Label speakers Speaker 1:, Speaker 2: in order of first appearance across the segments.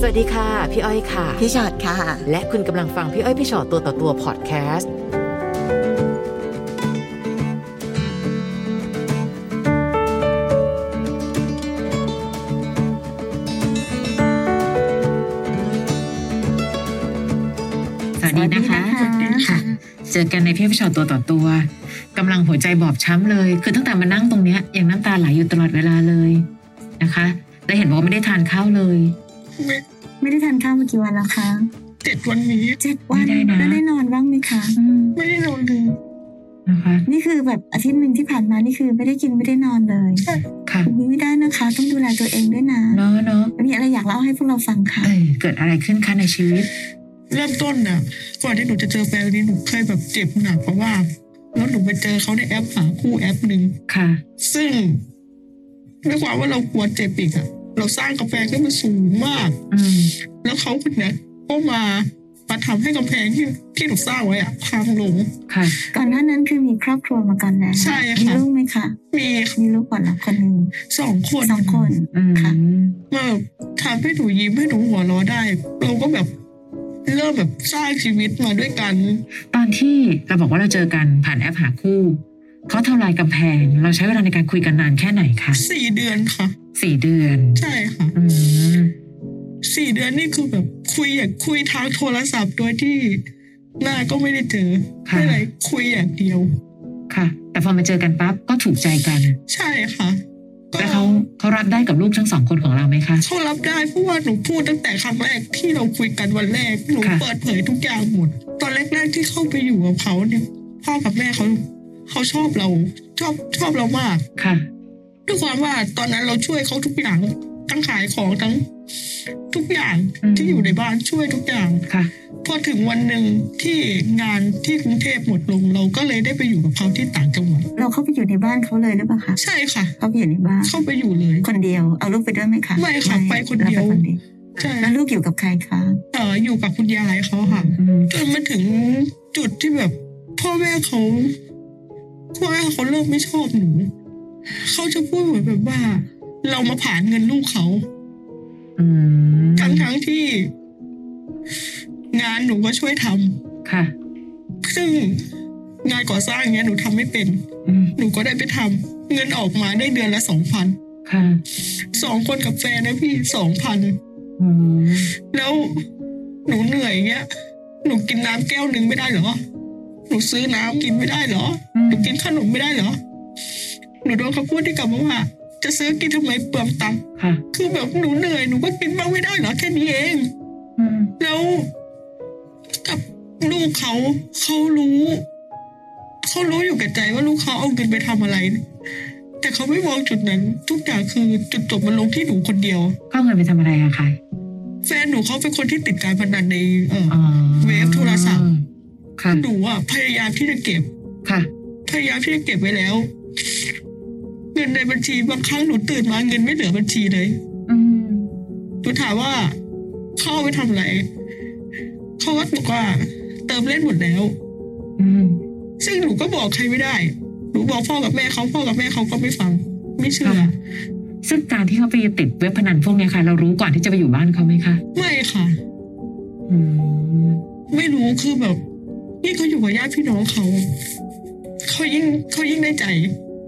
Speaker 1: สวัสดีค่ะ พี่อ้อยค่ะ
Speaker 2: พี่ชอดค่ะ
Speaker 1: และคุณกำลังฟังพี่อ้อยพี่ชอตตัวต่อตัวพอดแคสต์สวัสดีนะคะ
Speaker 2: สวัสดีนะคะ
Speaker 1: เจอกันในพี่อ้อยพี่ชอตตัวต่อตัวกำลังหัวใจบอบช้ำเลย คือตั้งแต่มานั่งตรงเนี้ยยังน้ำตาไหลอยู่ตลอดเวลาเลยนะคะและเห็นบอกว่าไม่ได้ทานข้าวเลย
Speaker 2: ไม่ได้ทานข้าวมากี่วันแล้วคะ
Speaker 3: เจ็ดวันนี้
Speaker 2: เจ็ดวัน
Speaker 1: ไม่ได้นะ
Speaker 2: แล้วได้นอนบ้างไหมคะ
Speaker 1: อืม
Speaker 3: ไม่ได้นอนเลย
Speaker 1: นะคะ
Speaker 2: นี่คือแบบอาทิตย์หนึ่งที่ผ่านมานี่คือไม่ได้กินไม่ได้นอนเลย
Speaker 1: ค่ะ
Speaker 2: อุ๊ยไม่ได้นะคะ ต้องดูแลตัวเองด้วยนะ
Speaker 1: เนาะเนาะ
Speaker 2: มีอะไรอยากเล่าให้พวกเราฟังค่ะ
Speaker 1: เอ้ยเกิดอะไรขึ้นคะในชีวิต
Speaker 3: เริ่มต้นน่ะก่อนที่หนูจะเจอแฟนคนนี้หนูเคยแบบเจ็บหนักเพราะว่า แล้วหนูไปเจอเขาในแอปหาคู่แอปหนึ่ง
Speaker 1: ค่ะ
Speaker 3: ซึ่งด้วยความว่าเรากลัวเจ็บอีกอะเราสร้างกำแพงขึ้นมาสูงมาก
Speaker 1: อืม
Speaker 3: แล้วเขาคนเนี้ยก็มามาทำให้กำแพงที่ที่หนูสร้างไว้อะพังลง
Speaker 1: ค่ะ
Speaker 2: ก่อนหน้านั้นคือมีครอบครัวมาก่อนแล้ว
Speaker 3: ใช่ค่ะ
Speaker 2: มีลูกไหมคะ
Speaker 3: มี
Speaker 2: มีลูกก่อนละคนหนึ่ง
Speaker 3: สองคน
Speaker 2: สองคน
Speaker 1: อืม
Speaker 2: ค่ะ
Speaker 3: มาทำให้หนูยิ้มให้หนูหัวเราะได้ เราก็แบบเริ่มแบบสร้างชีวิตมาด้วยกัน
Speaker 1: ตอนที่เราบอกว่าเราเจอกันผ่านแอปหาคู่ เขาทำลายกำแพง เราใช้เวลาในการคุยกันนานแค่ไหนคะ
Speaker 3: สี่เดือนค่ะ
Speaker 1: สี่เดือน
Speaker 3: ใช่ค่ะ
Speaker 1: อืม
Speaker 3: สี่เดือนนี่คือแบบคุยอย่างคุยทางโทรศัพท์โดยที่หน้าก็ไม่ได้เจอ
Speaker 1: ค่ะ
Speaker 3: ไม่ไรคุยอย่างเดียว
Speaker 1: ค่ะ แต่พอมาเจอกันปั๊บก็ถูกใจกัน
Speaker 3: ใช่ค่ะก็
Speaker 1: แล้วเขาเขารับได้กับลูกทั้งสองคนของเราไหมคะ
Speaker 3: เขารับได้เพราะว่าหนูพูดตั้งแต่ครั้งแรกที่เราคุยกันวันแรกหนู
Speaker 1: ค่ะ
Speaker 3: เปิดเผยทุกอย่างหมด ตอนแรกๆที่เข้าไปอยู่กับเขาเนี่ยพ่อกับแม่เขาเขาชอบเรา ชอบชอบเรามาก
Speaker 1: ค่ะ
Speaker 3: ด้วยความว่าตอนนั้นเราช่วยเขาทุกอย่างทั้งขายของทั้งทุกอย่าง
Speaker 1: อืม
Speaker 3: ที่อยู่ในบ้านช่วยทุกอย่าง
Speaker 1: ค่ะ
Speaker 3: พอถึงวันหนึ่งที่งานที่กรุงเทพหมดลง เราก็เลยได้ไปอยู่กับเขาที่ต่างจังหวัด
Speaker 2: เราเข้าไปอยู่ในบ้านเขาเลยหรือเปล่าคะ
Speaker 3: ใช่ค่ะ
Speaker 2: เขาไปอยู่ในบ้าน
Speaker 3: เข้าไปอยู่เลย
Speaker 2: คนเดียวเอาลูกไปด้วยไหมคะ
Speaker 3: ไม่ค่ะไปคนเดียว
Speaker 2: ราไปคนเดียว
Speaker 3: ใช่
Speaker 2: แล้วลูกอยู่กับใครคะ
Speaker 3: เอออยู่กับคุณยายเขาค่ะ
Speaker 1: อืม
Speaker 3: จนมาถึงจุดที่แบบ พ่อแม่เขาพ่อแม่เขาเริ่มไม่ชอบหนูเขาจะพูดเหมือนแบบว่า เรามาผ่านเงินลูกเขา
Speaker 1: อืม
Speaker 3: ทั้งทั้งๆที่ งานหนูก็ช่วยทำ
Speaker 1: ค่ะ
Speaker 3: ซึ่งงานก่อสร้างเนี้ยหนูทำไม่เป็น
Speaker 1: อืม
Speaker 3: หนูก็ได้ไปทำเงินออกมาได้เดือนละสองพัน
Speaker 1: ค่ะ
Speaker 3: สองคนกับแฟนนะพี่สองพัน
Speaker 1: อืม
Speaker 3: แล้วหนูเหนื่อยเงี้ย หนูกินน้ำแก้วหนึ่งไม่ได้เหรอ หนูซื้อน้ำกินไม่ได้เหรอ
Speaker 1: อื
Speaker 3: ห
Speaker 1: ม
Speaker 3: นูกินขนมไม่ได้เหรอ หนูโดนเขาพูดที่กลับมาว่า จะซื้อกินทำไมเปลืองตังค์
Speaker 1: ค่ะ
Speaker 3: คือแบบหนูเหนื่อยหนูก็กินบ้างไม่ได้เหรอแค่นี้เอง
Speaker 1: อืม
Speaker 3: แล้วกับลูกเขาเขารู้เขารู้อยู่แกับใจว่าลูกเขาเอาเงินไปทำอะไร แต่เขาไม่มองจุดนั้น ทุกอย่างคือจุดจบมันลงที่หนูคนเดียว
Speaker 1: ก็เอาเงินไปทำอะไรอะคะ
Speaker 3: แฟนหนูเขาเป็นคนที่ติดการพนันในเออ
Speaker 1: อ๋อ
Speaker 3: เวฟโทรศัพท์
Speaker 1: ค่ะ
Speaker 3: หนูอ่ะพยายามที่จะเก็บ
Speaker 1: ค่ะ
Speaker 3: พยายามที่จะเก็บไว้แล้ว เงินในบัญชีบางครั้งหนูตื่นมาเงินไม่เหลือบัญชีเลย
Speaker 1: อืม
Speaker 3: หนูถามว่าเข้าเอาไปทำอะไรเขาก็บอกว่า เติมเล่นหมดแล้ว
Speaker 1: อืม
Speaker 3: ซึ่งหนูก็บอกใครไม่ได้ หนูบอกพ่อกับแม่เขาพ่อกับแม่เขาก็ไม่ฟัง ไม่เชื่อ
Speaker 1: ค่ะ ซึ่งการที่เขาไปติดเว็บพนันพวกเนี้ยค่ะ เรารู้ก่อนที่จะไปอยู่บ้านเขาไหมคะ
Speaker 3: ไม่ค่ะ
Speaker 1: อืม
Speaker 3: ไม่รู้คือแบบยิ่งเขาอยู่กับญาติพี่น้องเขาเขายิ่งเขายิ่งได้ใจ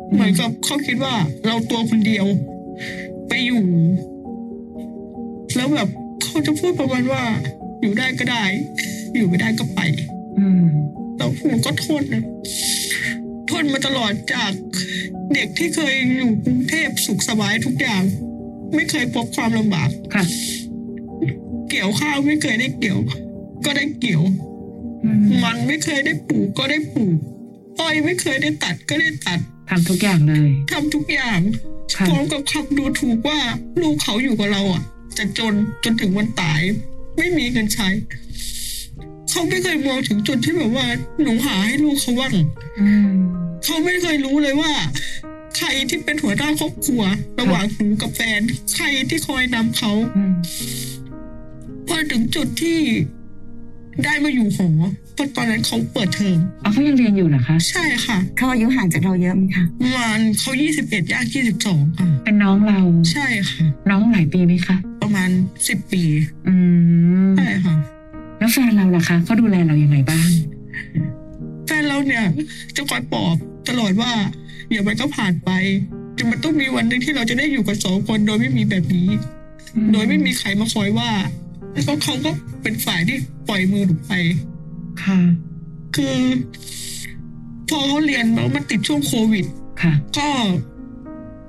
Speaker 1: อืม
Speaker 3: เหมือนกับเขาคิดว่าเราตัวคนเดียว ไปอยู่ แล้วแบบเขาจะพูดประมาณว่า อยู่ได้ก็ได้ อยู่ไม่ได้ก็ไป
Speaker 1: อืม
Speaker 3: แล้วหนูก็ทนนะทนมาตลอดจากเด็กที่เคยอยู่กรุงเทพสุขสบายทุกอย่าง ไม่เคยพบความลำบาก
Speaker 1: ค่ะ
Speaker 3: เกี่ยวข้าวไม่เคยได้เกี่ยว ก็ได้เกี่ยว
Speaker 1: อืม
Speaker 3: มันไม่เคยได้ปลูกก็ได้ปลูกอ้อยไม่เคยได้ตัดก็ได้ตัด
Speaker 1: ทำทุกอย่างเลย
Speaker 3: ทำทุกอย่าง
Speaker 1: ค่ะ
Speaker 3: พร้อมกับคำดูถูกว่าลูกเขาอยู่กับเราอ่ะ จะจนจนถึงวันตาย ไม่มีเงินใช้ เขาไม่เคยมองถึงจุดที่แบบว่า หนูหาให้ลูกเขาบ้าง
Speaker 1: อืม
Speaker 3: เขาไม่เคยรู้เลยว่า ใครที่เป็นหัวหน้าครอบครัว ระหว่างหนูกับแฟน ใครที่คอยนำเขา
Speaker 1: อืม
Speaker 3: พอถึงจุดที่ได้มาอยู่หอเพราะตอนนั้นเขาเปิดเทอม
Speaker 1: อ๋อเขายังเรียนอยู่เหรอคะ
Speaker 3: ใช่ค่ะ
Speaker 2: เขาอายุห่างจากเราเยอะไหมคะ
Speaker 3: ประมาณเขายี่สิบเอ็ดย่างยี่สิบสองค่ะ
Speaker 1: เป็นน้องเรา
Speaker 3: ใช่ค่ะ
Speaker 1: น้องหลายปีไหมคะ
Speaker 3: ประมาณสิบปี
Speaker 1: อื ล่ะคะเขาดูแลเรายังไงบ้าง
Speaker 3: แฟนเราเนี่ย จะคอยปลอบตลอดว่าเดี๋ยวมันก็ผ่านไปเดี๋ยวมันต้องมีวันหนึ่งที่เราจะได้อยู่กันสองคนโดยไม่มีแบบนี้ โดยไม่มีใครมาคอยว่าเพราะเขาก็เป็นฝ่ายที่ปล่อยมือหนูไป
Speaker 1: ค่ะ
Speaker 3: คือ พอเขาเรียนแล้วมันติดช่วงโควิด
Speaker 1: ค่ะ
Speaker 3: ก็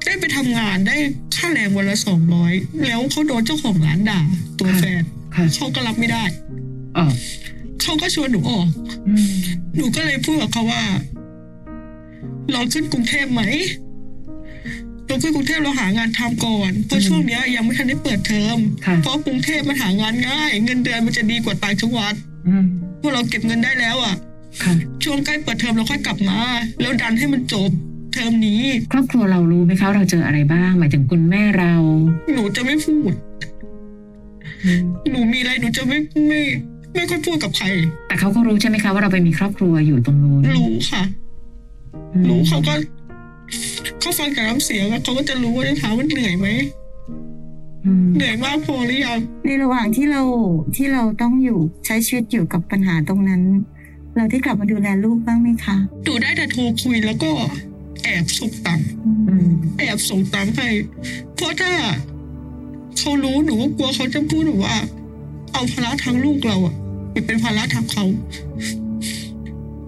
Speaker 3: ได้ไปทำงานได้ค่าแรงวันละสองร้อยแล้วเขาโดนเจ้าของร้านด่า ตัวแฟน
Speaker 1: ค่ะ
Speaker 3: เขาก็รับไม่ได้
Speaker 1: ออก
Speaker 3: เขาก็ชวนหนูออก
Speaker 1: อืม
Speaker 3: หนูก็เลยพูดกับเขาว่า ลองขึ้นกรุงเทพไหมลองขึ้นกรุงเทพเราหางานทำก่อน เพราะช่วงเนี้ยยังไม่ทันได้เปิดเทอม
Speaker 1: ค่ะ
Speaker 3: เพราะกรุงเทพมันหางานง่าย เงินเดือนมันจะดีกว่าต่างจังหวัด
Speaker 1: อืม
Speaker 3: พวกเราเก็บเงินได้แล้วอ่ะ
Speaker 1: ค่ะ
Speaker 3: ช่วงใกล้เปิดเทอมเราค่อยกลับมา แล้วดันให้มันจบเทอมนี้
Speaker 1: ครอบครัวเรารู้ไหมคะเราเจออะไรบ้าง หมายถึงคุณแม่เรา
Speaker 3: หนูจะไม่พูด
Speaker 1: อืม
Speaker 3: หนูมีอะไรหนูจะไม่ไม่ ไม่ค่อยพูดกับใคร
Speaker 1: แต่เขาก็รู้ใช่ไหมคะว่าเราไปมีครอบครัวอยู่ตรงนู้น
Speaker 3: รู้ค่ะ
Speaker 1: อืม
Speaker 3: รู้เขาก็เขาฟังจากน้ำเสียงแล้วเขาก็จะรู้ว่าจะถามว่าเหนื่อยไหม
Speaker 1: อืม
Speaker 3: เหนื่อยมากพอหรือยัง
Speaker 2: ในระหว่างที่เราที่เราต้องอยู่ใช้ชีวิตอยู่กับปัญหาตรงนั้น เราได้กลับมาดูแลลูกบ้างไหมคะ
Speaker 3: หนูได้แต่โทรคุยแล้วก็แอบส่งตังค์
Speaker 1: อืม
Speaker 3: แอบส่งตังค์ให้เพราะถ้าเขารู้หนูก็กลัวเขาจะพูดหนูว่า เอาภาระทางลูกเราอะไปเป็นภาระทางเขา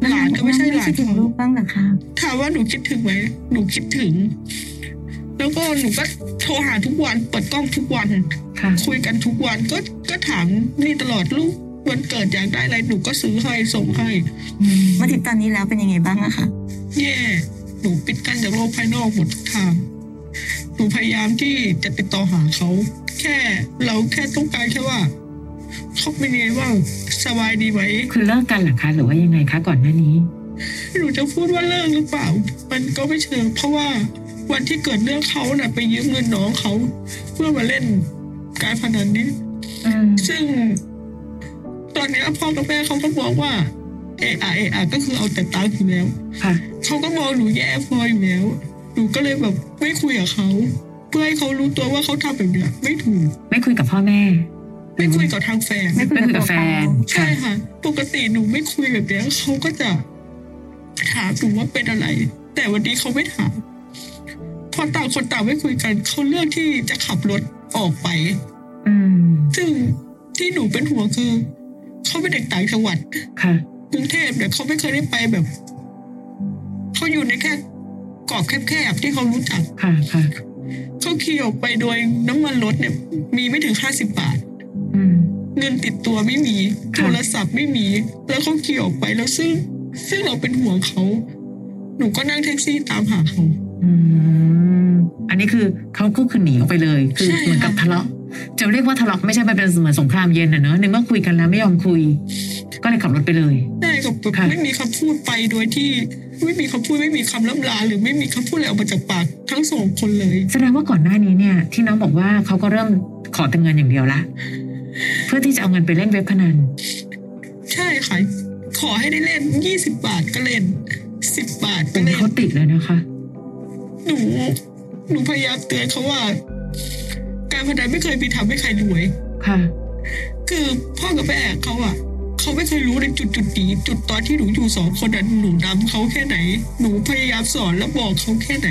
Speaker 3: หลานก็ไม่ใช่หลาน
Speaker 2: คิดถึง
Speaker 3: เขา
Speaker 2: ลูกบ้างเหรอคะ
Speaker 3: ถามว่าหนูคิดถึงไหมหนูคิดถึง แล้วก็หนูก็โทรหาทุกวันเปิดกล้องทุกวัน
Speaker 1: ค่ะ
Speaker 3: คุยกันทุกวันก็ก็ถามนี่ตลอดลูกวันเกิดอยากได้อะไรหนูก็ซื้อให้ส่งให้
Speaker 2: มาถึงตอนนี้แล้วเป็นยังไงบ้างอะคะ
Speaker 3: แย่หนูปิดกั้นจากโลกภายนอกหมดทุกทาง หนูพยายามที่จะติดต่อหาเขา แค่เราแค่ต้องการแค่ว่าเขาเป็นยังไงบ้างสบายดีไหม
Speaker 1: คือเลิกกันเหรอคะหรือว่ายังไงคะก่อนหน้านี้
Speaker 3: หนูจะพูดว่าเลิกหรือเปล่า มันก็ไม่เชิงเพราะว่าวันที่เกิดเรื่องเขาน่ะไปยืมเงินน้องเขา เพื่อมาเล่นการพนันนี้
Speaker 1: อืม
Speaker 3: ซึ่ง ตอนเนี้ยพ่อกับแม่เขาก็บอกว่า เอะอะเอะอะก็คือเอาแต่ตังค์อยู่แล้ว
Speaker 1: ค่ะ
Speaker 3: เขาก็มองหนูแย่พออยู่แล้ว หนูก็เลยแบบไม่คุยกับเขา เพื่อให้เขารู้ตัวว่าเขาทำแบบเนี้ยไม่ถูก
Speaker 1: ไม่คุยกับพ่อแม่
Speaker 3: ไม่คุยกับทางแฟน
Speaker 1: ไม่คุยกับแฟน
Speaker 3: ใช่
Speaker 1: ค่ะ
Speaker 3: ค่ะ ปกติหนูไม่คุยแบบเนี้ยเขาก็จะถามหนูว่าเป็นอะไร แต่วันนี้เขาไม่ถาม พอต่างคนต่างไม่คุยกัน เขาเลือกที่จะขับรถออกไป
Speaker 1: อืม
Speaker 3: ซึ่งที่หนูเป็นห่วงคือ เขาเป็นเด็กต่างจังหวัด
Speaker 1: ค่ะ
Speaker 3: กรุงเทพเนี่ยเขาไม่เคยได้ไปแบบ เขาอยู่ในแค่กรอบแคบๆที่เขารู้จัก
Speaker 1: ค่ะค่ะ
Speaker 3: เขาขี่ออกไปโดยน้ำมันรถเนี่ย มีไม่ถึงห้าสิบบาท
Speaker 1: อืม
Speaker 3: เงินติดตัวไม่มี
Speaker 1: ค่ะ
Speaker 3: โทรศัพท์ไม่มี แล้วเขาขี่ออกไปแล้วซึ่ง ซึ่งเราเป็นห่วงเขา หนูก็นั่งแท็กซี่ตามหาเขา
Speaker 1: อืมอันนี้คือเขาก็คือหนีออกไปเลย คือ
Speaker 3: ใช่
Speaker 1: เหมือนกับ
Speaker 3: ค่ะ
Speaker 1: ทะเลาะจะเรียกว่าทะเลาะไม่ใช่มันเป็นเหมือนสงครามเย็นอะเนอะในเมื่อคุยกันแล้วไม่ยอมคุย ก็เลยขับรถไปเลย
Speaker 3: ได้กับแบบ
Speaker 1: ค่ะ
Speaker 3: ไม่มีคำพูดไปโดยที่ ไม่มีคำพูดไม่มีคำล่ำลา หรือไม่มีคำพูดอะไรออกมาจากปากทั้งสองคนเลย
Speaker 1: แสดงว่าก่อนหน้านี้เนี่ย ที่น้องบอกว่าเขาก็เริ่มขอแต่เงินอย่างเดียวละเพื่อที่จะเอาเงินไปเล่นเว็บพนัน
Speaker 3: ใช่ค่ะ ขอให้ได้เล่นยี่สิบบาทก็เล่นสิบบาทก็
Speaker 1: เป็น
Speaker 3: เล่น
Speaker 1: เขาติดเลยนะคะ
Speaker 3: หนูหนูพยายามเตือนเขาว่า การพนันไม่เคยมีทำให้ใครรวย
Speaker 1: ค่ะ
Speaker 3: คือพ่อกับแม่เขาอะเขาไม่เคยรู้ในจุดจุดๆนี้จุดตอนที่หนูอยู่สองคนนั้นหนูนำเขาแค่ไหน หนูพยายามสอนและบอกเขาแค่ไหน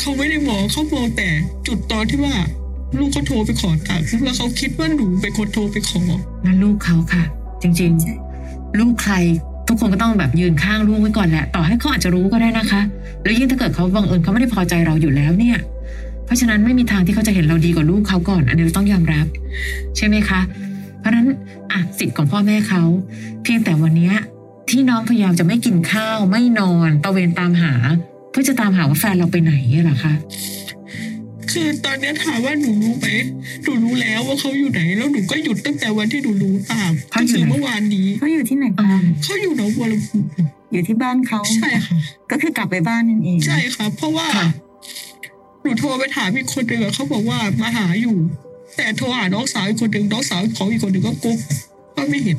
Speaker 3: เขาไม่ได้มองเขามองแต่จุดตอนที่ว่า ลูกเขาโทรไปขอตังค์แล้วเขาคิดว่าหนูเป็นคนโทรไปขอ
Speaker 1: นั่นลูกเขาค่ะ จริง
Speaker 2: ใช่
Speaker 1: ๆ ลูกใคร ทุกคนก็ต้องแบบยืนข้างลูกไว้ก่อนแหละ ต่อให้เขาอาจจะรู้ก็ได้นะคะ แล้วยิ่งถ้าเกิดเขาบังเอิญเขาไม่ได้พอใจเราอยู่แล้วเนี่ย เพราะฉะนั้นไม่มีทางที่เขาจะเห็นเราดีกว่าลูกเขาก่อน อันนี้เราต้องยอมรับ ใช่ไหมคะ เพราะฉะนั้นอ่ะสิทธิ์ของพ่อแม่เขาเพียงแต่วันเนี้ยที่น้องพยายามจะไม่กินข้าวไม่นอนตะเวนตามหา เพื่อจะตามหาว่าแฟนเราไปไหนเหรอคะ
Speaker 3: คือตอนเนี้ยถามว่าหนูรู้ไหมหนูรู้แล้วว่าเขาอยู่ไหน แล้วหนูก็หยุดตั้งแต่วันที่หนูรู้ตาม
Speaker 1: เขา
Speaker 3: ก็
Speaker 1: อยู่
Speaker 3: คือ
Speaker 1: ไหน
Speaker 3: เมื่อวานนี้
Speaker 2: เขาอยู่ที่ไหน
Speaker 1: อื
Speaker 2: คะ
Speaker 1: ม
Speaker 3: เขาอยู่หนองบัวลำพู
Speaker 2: อยู่ที่บ้านเขา
Speaker 3: ใช่ค่ะ
Speaker 2: ก็คือกลับไปบ้านนั่นเอง
Speaker 3: ใช่ค่ะ เพราะว่า
Speaker 1: ค่ะ
Speaker 3: หนูโทรไปถามอีกคนหนึ่งอะเขาบอกว่ามาหาอยู่ แต่โทรหาน้องสาวอีกคนหนึ่งน้องสาวของอีกคนหนึ่งก็กุ๊กก็ไม่เห็น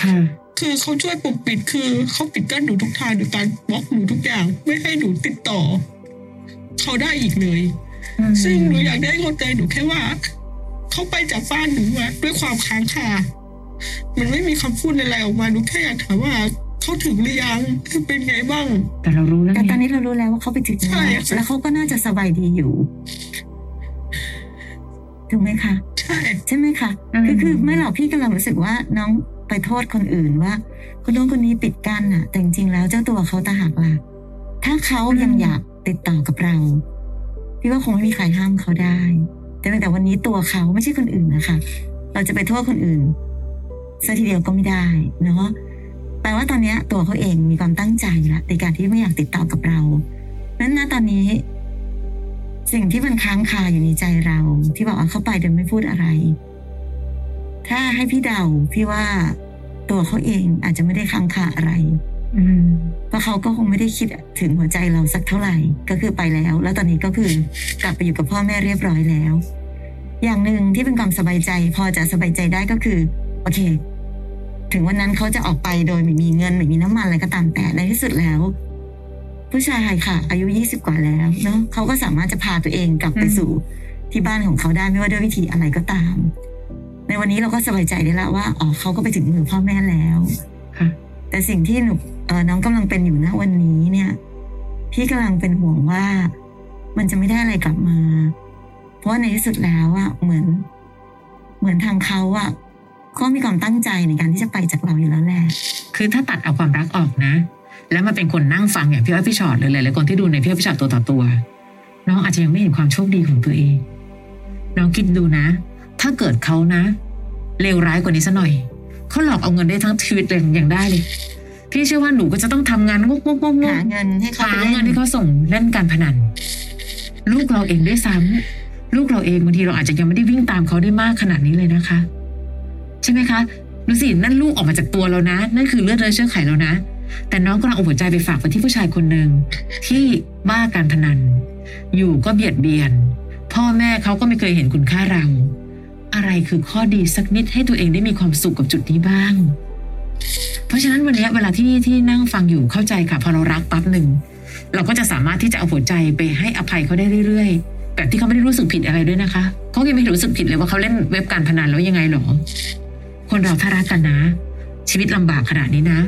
Speaker 1: ค่ะ
Speaker 3: คือเขาช่วยปกปิดคือเขาปิดกั้นหนูทุกทางโดยการบล็อกหนูทุกอย่าง ไม่ให้หนูติดต่อ เขาได้อีกเลย ซึ่งหนูอยากได้คนใจหนูแค่ว่า เขาไปจากบ้านหนูอะด้วยความค้างคา มันไม่มีคำพูดอะไรออกมาหนูแค่อยากถามว่าเขาถึงหรือยังคือเป็นไงบ้าง
Speaker 1: แต่เรารู้แล้ว
Speaker 2: แต่ตอน
Speaker 1: ไง
Speaker 2: นี้เรารู้แล้วว่าเขาไปถึง
Speaker 3: ใช่
Speaker 2: แล้ว
Speaker 3: ค่ะ
Speaker 2: แล้วเขาก็น่าจะสบายดีอยู่ถูกไหมคะ
Speaker 3: ใช่
Speaker 2: ใช่ไหมคะคือคือไม่หรอกพี่กำลังรู้สึกว่าน้องไปโทษคนอื่นว่า คนนู้นคนนี้ปิดกั้นอ่ะ แต่จริงๆแล้วเจ้าตัวเขาตางหากล่ะถ้าเขายังอยากติดต่อกับเรา พี่ว่าคงไม่มีใครห้ามเขาได้ แต่เพียงแต่วันนี้ตัวเขาไม่ใช่คนอื่นนะคะ เราจะไปโทษคนอื่นซะทีเดียวก็ไม่ได้เนาะแปลว่าตอนเนี้ยตัวเขาเองมีความตั้งใจละในการที่ไม่อยากติดต่อกับเรานั้นนะตอนนี้ สิ่งที่มันค้างคาอยู่ในใจเรา ที่บอกว่าเข้าไปโดยไม่พูดอะไร ถ้าให้พี่เดาพี่ว่าตัวเขาเองอาจจะไม่ได้ค้างคาอะไร
Speaker 1: อืม
Speaker 2: เพราะเขาก็คงไม่ได้คิดถึงหัวใจเราสักเท่าไหร่ก็คือไปแล้ว แล้วตอนนี้ก็คือกลับไปอยู่กับพ่อแม่เรียบร้อยแล้ว อย่างหนึ่งที่เป็นความสบายใจ พอจะสบายใจได้ก็คือ โอเค ถึงวันนั้นเขาจะออกไปโดยไม่มีเงินไม่มีน้ำมันอะไรก็ตามแต่ในที่สุดแล้ว ผู้ชายค่ะ อายุยี่สิบกว่าแล้วเนาะเขาก็สามารถจะพาตัวเองกลับไปสู่ที่บ้านของเขาได้ไม่ว่าด้วยวิธีอะไรก็ตาม ในวันนี้เราก็สบายใจได้แล้วว่าอ๋อเขาก็ไปถึงมือพ่อแม่แล้ว
Speaker 1: ค่ะ
Speaker 2: แต่สิ่งที่หนูเอ่อน้องกำลังเป็นอยู่ณวันนี้เนี่ย พี่กำลังเป็นห่วงว่ามันจะไม่ได้อะไรกลับมา เพราะว่าในที่สุดแล้วอะเหมือน เหมือนทางเขาอะก็มีความตั้งใจในการที่จะไปจากเราอยู่แล้วแหละ
Speaker 1: คือถ้าตัดเอาความรักออกนะ แล้วมาเป็นคนนั่งฟังอย่างพี่อ้อยพี่ชอตหรือหลายๆคนที่ดูในพี่อ้อยพี่ชอตตัวต่อตัว น้องอาจจะยังไม่เห็นความโชคดีของตัวเอง น้องคิดดูนะ ถ้าเกิดเขานะเลวร้ายกว่านี้ซะหน่อยเขาหลอกเอาเงินได้ทั้งชีวิตเลยยังได้เลย พี่เชื่อว่าหนูก็จะต้องทำงานงกงกงก
Speaker 2: หาเงินให้เขา
Speaker 1: หา
Speaker 2: ไปเล่
Speaker 1: เงิน
Speaker 2: น
Speaker 1: ที่เขาส่งเล่นการพนัน ลูกเราเองด้วยซ้ำลูกเราเองบางทีเราอาจจะยังไม่ได้วิ่งตามเขาได้มากขนาดนี้เลยนะคะ ใช่ไหมคะดูสินั่นลูกออกมาจากตัวเรานะ นั่นคือเลือดเนื้อเชื้อไขเรานะ แต่น้องกำลังเอาหัวใจไปฝากไว้ที่ผู้ชายคนหนึ่งที่บ้าการพนัน อยู่ก็เบียดเบียน พ่อแม่เขาก็ไม่เคยเห็นคุณค่าเรา อะไรคือข้อดีสักนิดให้ตัวเองได้มีความสุขกับจุดนี้บ้าง เพราะฉะนั้นวันนี้เวลาที่ที่นั่งฟังอยู่เข้าใจค่ะพอเรารักปั๊บหนึ่ง เราก็จะสามารถที่จะเอาหัวใจไปให้อภัยเขาได้เรื่อยๆ แบบที่เขาไม่ได้รู้สึกผิดอะไรด้วยนะคะ เขายังไม่รู้สึกผิดเลยว่าเขาเล่นเว็บการพนันแล้วยังไงหรอ คนเราถ้ารักกันนะ ชีวิตลำบากขนาดนี้นะ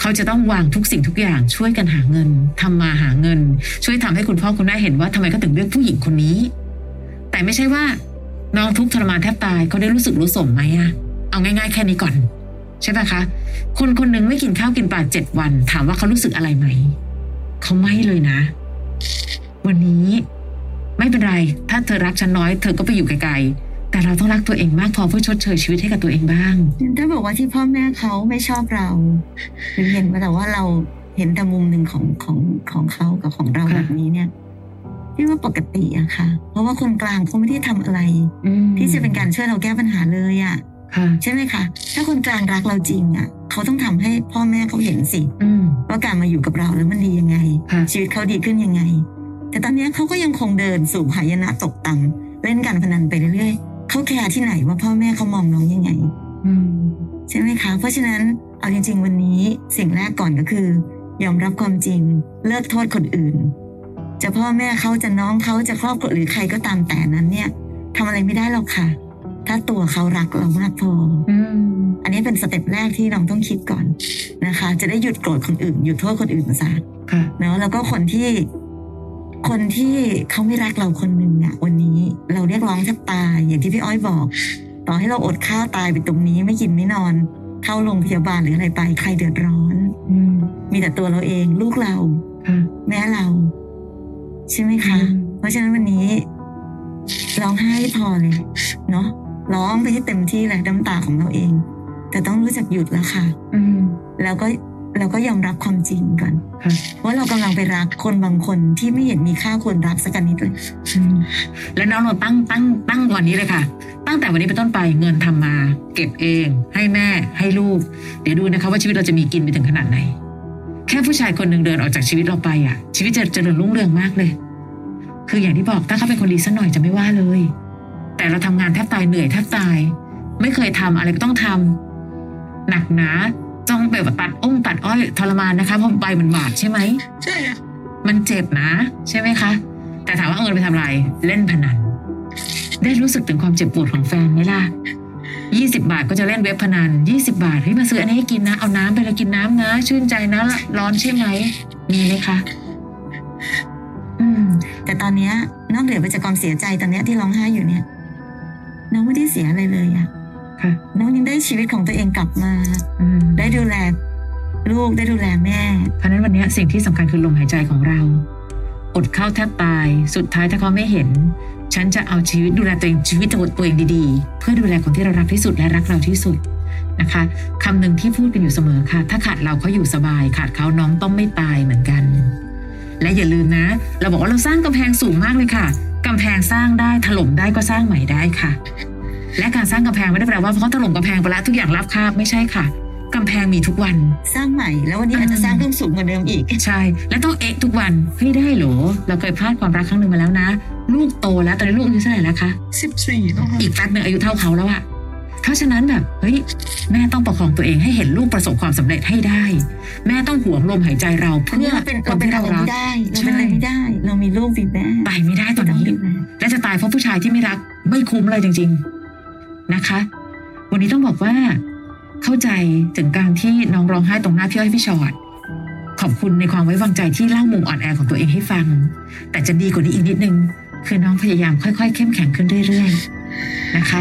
Speaker 1: เขาจะต้องวางทุกสิ่งทุกอย่างช่วยกันหาเงินทำมาหาเงิน ช่วยทำให้คุณพ่อคุณแม่เห็นว่าทำไมเขาถึงเลือกผู้หญิงคนนี้ แต่ไม่ใช่ว่าน้องทุกข์ทรมานแทบตายเขาได้รู้สึกรู้สมไหมอะเอาง่าย ๆ แค่นี้ก่อน ใช่ปะคะ คนคนหนึ่งไม่กินข้าวกินปลาเจ็ดวัน ถามว่าเขารู้สึกอะไรไหม เขาไม่เลยนะ วันนี้ไม่เป็นไร ถ้าเธอรักฉันน้อยเธอก็ไปอยู่ไกลๆ แต่เราต้องรักตัวเองมากพอเพื่อชดเชยชีวิตให้กับตัวเองบ้าง
Speaker 2: ถ้าบอกว่าที่พ่อแม่เขาไม่ชอบเราหรือเห็นว่าแต่ว่าเราเห็นแต่มุมหนึ่งของของของเขากับของเรา
Speaker 1: ค่ะ
Speaker 2: แบบนี้เนี่ยพี่ว่าปกติอะค่ะ เพราะว่าคนกลางเขาไม่ได้ทำอะไร ที่จะเป็นการช่วยเราแก้ปัญหาเลยอะ
Speaker 1: ค่ะ
Speaker 2: ใช่ไหมคะ ถ้าคนกลางรักเราจริงอ่ะ เขาต้องทำให้พ่อแม่เขาเห็นสิ
Speaker 1: อืม
Speaker 2: ว่าการมาอยู่กับเราแล้วมันดียังไง
Speaker 1: ค่ะ
Speaker 2: ชีวิตเขาดีขึ้นยังไง แต่ตอนเนี้ยเขาก็ยังคงเดินสู่หายนะตกต่ำเล่นการพนันไปเรื่อยๆ เขาแคร์ที่ไหนว่าพ่อแม่เขามองน้องยังไง
Speaker 1: อืม
Speaker 2: ใช่ไหมคะ เพราะฉะนั้นเอาจริง ๆ วันนี้สิ่งแรกก่อนก็คือ ยอมรับความจริง เลิกโทษคนอื่น จะพ่อแม่เขาจะน้องเขาจะครอบครัวหรือใครก็ตามแต่นั้นเนี่ยทำอะไรไม่ได้หรอกค่ะ ถ้าตัวเขารักเรามากพอ
Speaker 1: อืม
Speaker 2: อันนี้เป็นสเต็ปแรกที่น้องต้องคิดก่อนนะคะ จะได้หยุดโกรธคนอื่น หยุดโทษคนอื่นซะ
Speaker 1: ค่ะ
Speaker 2: เนาะแล้วก็คนที่คนที่เขาไม่รักเราคนหนึ่งอะวันนี้เราเรียกร้องแทบตายอย่างที่พี่อ้อยบอก ต่อให้เราอดข้าวตายไปตรงนี้ไม่กินไม่นอน เข้าโรงพยาบาลหรืออะไรไปใครเดือดร้อน
Speaker 1: อืม
Speaker 2: มีแต่ตัวเราเอง ลูกเรา
Speaker 1: ค่ะ
Speaker 2: แม่เรา ใช่ไหมคะ
Speaker 1: อืม
Speaker 2: เพราะฉะนั้นวันนี้ ร้องไห้พอเลย เนาะร้องไปให้เต็มที่เลยน้ำตาของเราเอง แต่ต้องรู้จักหยุดแล้วค่ะ
Speaker 1: อืม
Speaker 2: แล้วก็เราก็ยอมรับความจริงก่อน
Speaker 1: ค่ะ
Speaker 2: ว่าเรากำลังไปรักคนบางคนที่ไม่เห็นมีค่าควรรักสักนิดเลย
Speaker 1: อืมแล้วน้องเราตั้งตั้งตั้งวันนี้เลยค่ะ ตั้งแต่วันนี้เป็นต้นไปเงินทำมา เก็บเอง ให้แม่ให้ลูก เดี๋ยวดูนะคะว่าชีวิตเราจะมีกินไปถึงขนาดไหน แค่ผู้ชายคนหนึ่งเดินออกจากชีวิตเราไปอ่ะ ชีวิตจะจะเจริญรุ่งเรืองมากเลย คืออย่างที่บอกถ้าเขาเป็นคนดีสักหน่อยจะไม่ว่าเลย แต่เราทำงานแทบตายเหนื่อยแทบตาย ไม่เคยทำอะไรก็ต้องทำหนักหนาจ้องไปแบบตัดอ้งตัดอ้อยทรมานนะคะเพราะใบมันบาดใช่ไหม
Speaker 3: ใช่อะ
Speaker 1: มันเจ็บนะ ใช่ไหมคะ แต่ถามว่าเอาเงินไปทำอะไร เล่นพนัน ได้รู้สึกถึงความเจ็บปวดของแฟนไหมล่ะ 20 บาทก็จะเล่นเว็บพนัน 20 บาทเฮ้ยมาซื้ออันนี้ให้กินนะ เอาน้ำไปแล้วกินน้ำนะ ชื่นใจนะละร้อนใช่ไหม มีไหมคะ
Speaker 2: อืม แต่ตอนเนี้ยนอกเหนือไปจากความเสียใจตอนเนี้ยที่ร้องไห้อยู่เนี่ย น้องไม่ได้เสียอะไรเลยอะ
Speaker 1: ค่ะ
Speaker 2: น้องยังได้ชีวิตของตัวเองกลับมา
Speaker 1: อืม
Speaker 2: ได้ดูแล ลูกได้ดูแลแม่
Speaker 1: เพราะฉะนั้นวันเนี้ยสิ่งที่สำคัญคือลมหายใจของเรา อดเข้าแทบตาย สุดท้ายถ้าเขาไม่เห็น ฉันจะเอาชีวิตดูแลตัวเองชีวิตตัวเองดีๆ เพื่อดูแลคนที่เรารักที่สุดและรักเราที่สุดนะคะคำหนึ่งที่พูดกันอยู่เสมอค่ะ ถ้าขาดเราเขาอยู่สบาย ขาดเขาน้องต้องไม่ตายเหมือนกัน และอย่าลืมนะ เราบอกว่าเราสร้างกำแพงสูงมากเลยค่ะกำแพงสร้างได้ถล่มได้ก็สร้างใหม่ได้ค่ะ และการสร้างกำแพงไม่ได้แปลว่าเพราะถล่มกำแพงไปแล้วทุกอย่างรับคาบไม่ใช่ค่ะกำแพงมีทุกวัน
Speaker 2: สร้างใหม่ แล้ววันนี้อาจจะสร้างเพิ่มสูงกว่าเดิมอีก
Speaker 1: ใช่ และต้องเอ๊ะทุกวันเฮ้ยได้เหรอ เราเคยพลาดความรักครั้งหนึ่งมาแล้วนะ ลูกโตแล้วตอนนี้ลูกอายุเท่าไหร่แล้วคะ
Speaker 3: สิบสี่แล้วค่ะ
Speaker 1: อีกแป๊บหนึ่งอายุเท่าเขาแล้วอะเพราะฉะนั้นแบบเฮ้ยแม่ต้องประคองตัวเองให้เห็นลูกประสบความสำเร็จให้ได้ แม่ต้องหวงลมหายใจเรา
Speaker 2: อัน
Speaker 1: เพื่
Speaker 2: นี้
Speaker 1: อ
Speaker 2: เราเป็น
Speaker 1: ค
Speaker 2: เรา
Speaker 1: น
Speaker 2: เป็น
Speaker 1: ที่
Speaker 2: เรา
Speaker 1: เรารัก
Speaker 2: ไม่ได้เราเป็นอะไรไม่ได้ เรามีลูกติดแม่
Speaker 1: ตายไม่ได้ตอน
Speaker 2: ต้อง
Speaker 1: นี้
Speaker 2: ดูแล
Speaker 1: และจะตายเพราะผู้ชายที่ไม่รักไม่คุ้มเลยจริง ๆนะคะ วันนี้ต้องบอกว่า เข้าใจถึงการที่น้องร้องไห้ตรงหน้าพี่อ้อยพี่ชอดขอบคุณในความไว้วางใจที่เล่ามุมอ่อนแอของตัวเองให้ฟัง แต่จะดีกว่านี้อีกนิดนึง คือน้องพยายามค่อย ๆ เข้มแข็งขึ้นเรื่อยๆนะคะ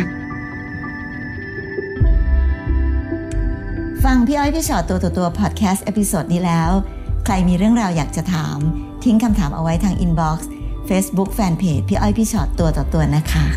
Speaker 4: ฟังพี่อ้อยพี่ชอตตัวต่อตัวพอดแคสต์เอพิโซดนี้แล้ว ใครมีเรื่องราวอยากจะถาม ทิ้งคำถามเอาไว้ทางอินบ็อกซ์เฟซบุ๊กแฟนเพจพี่อ้อยพี่ชอตตัวต่อตัวนะคะ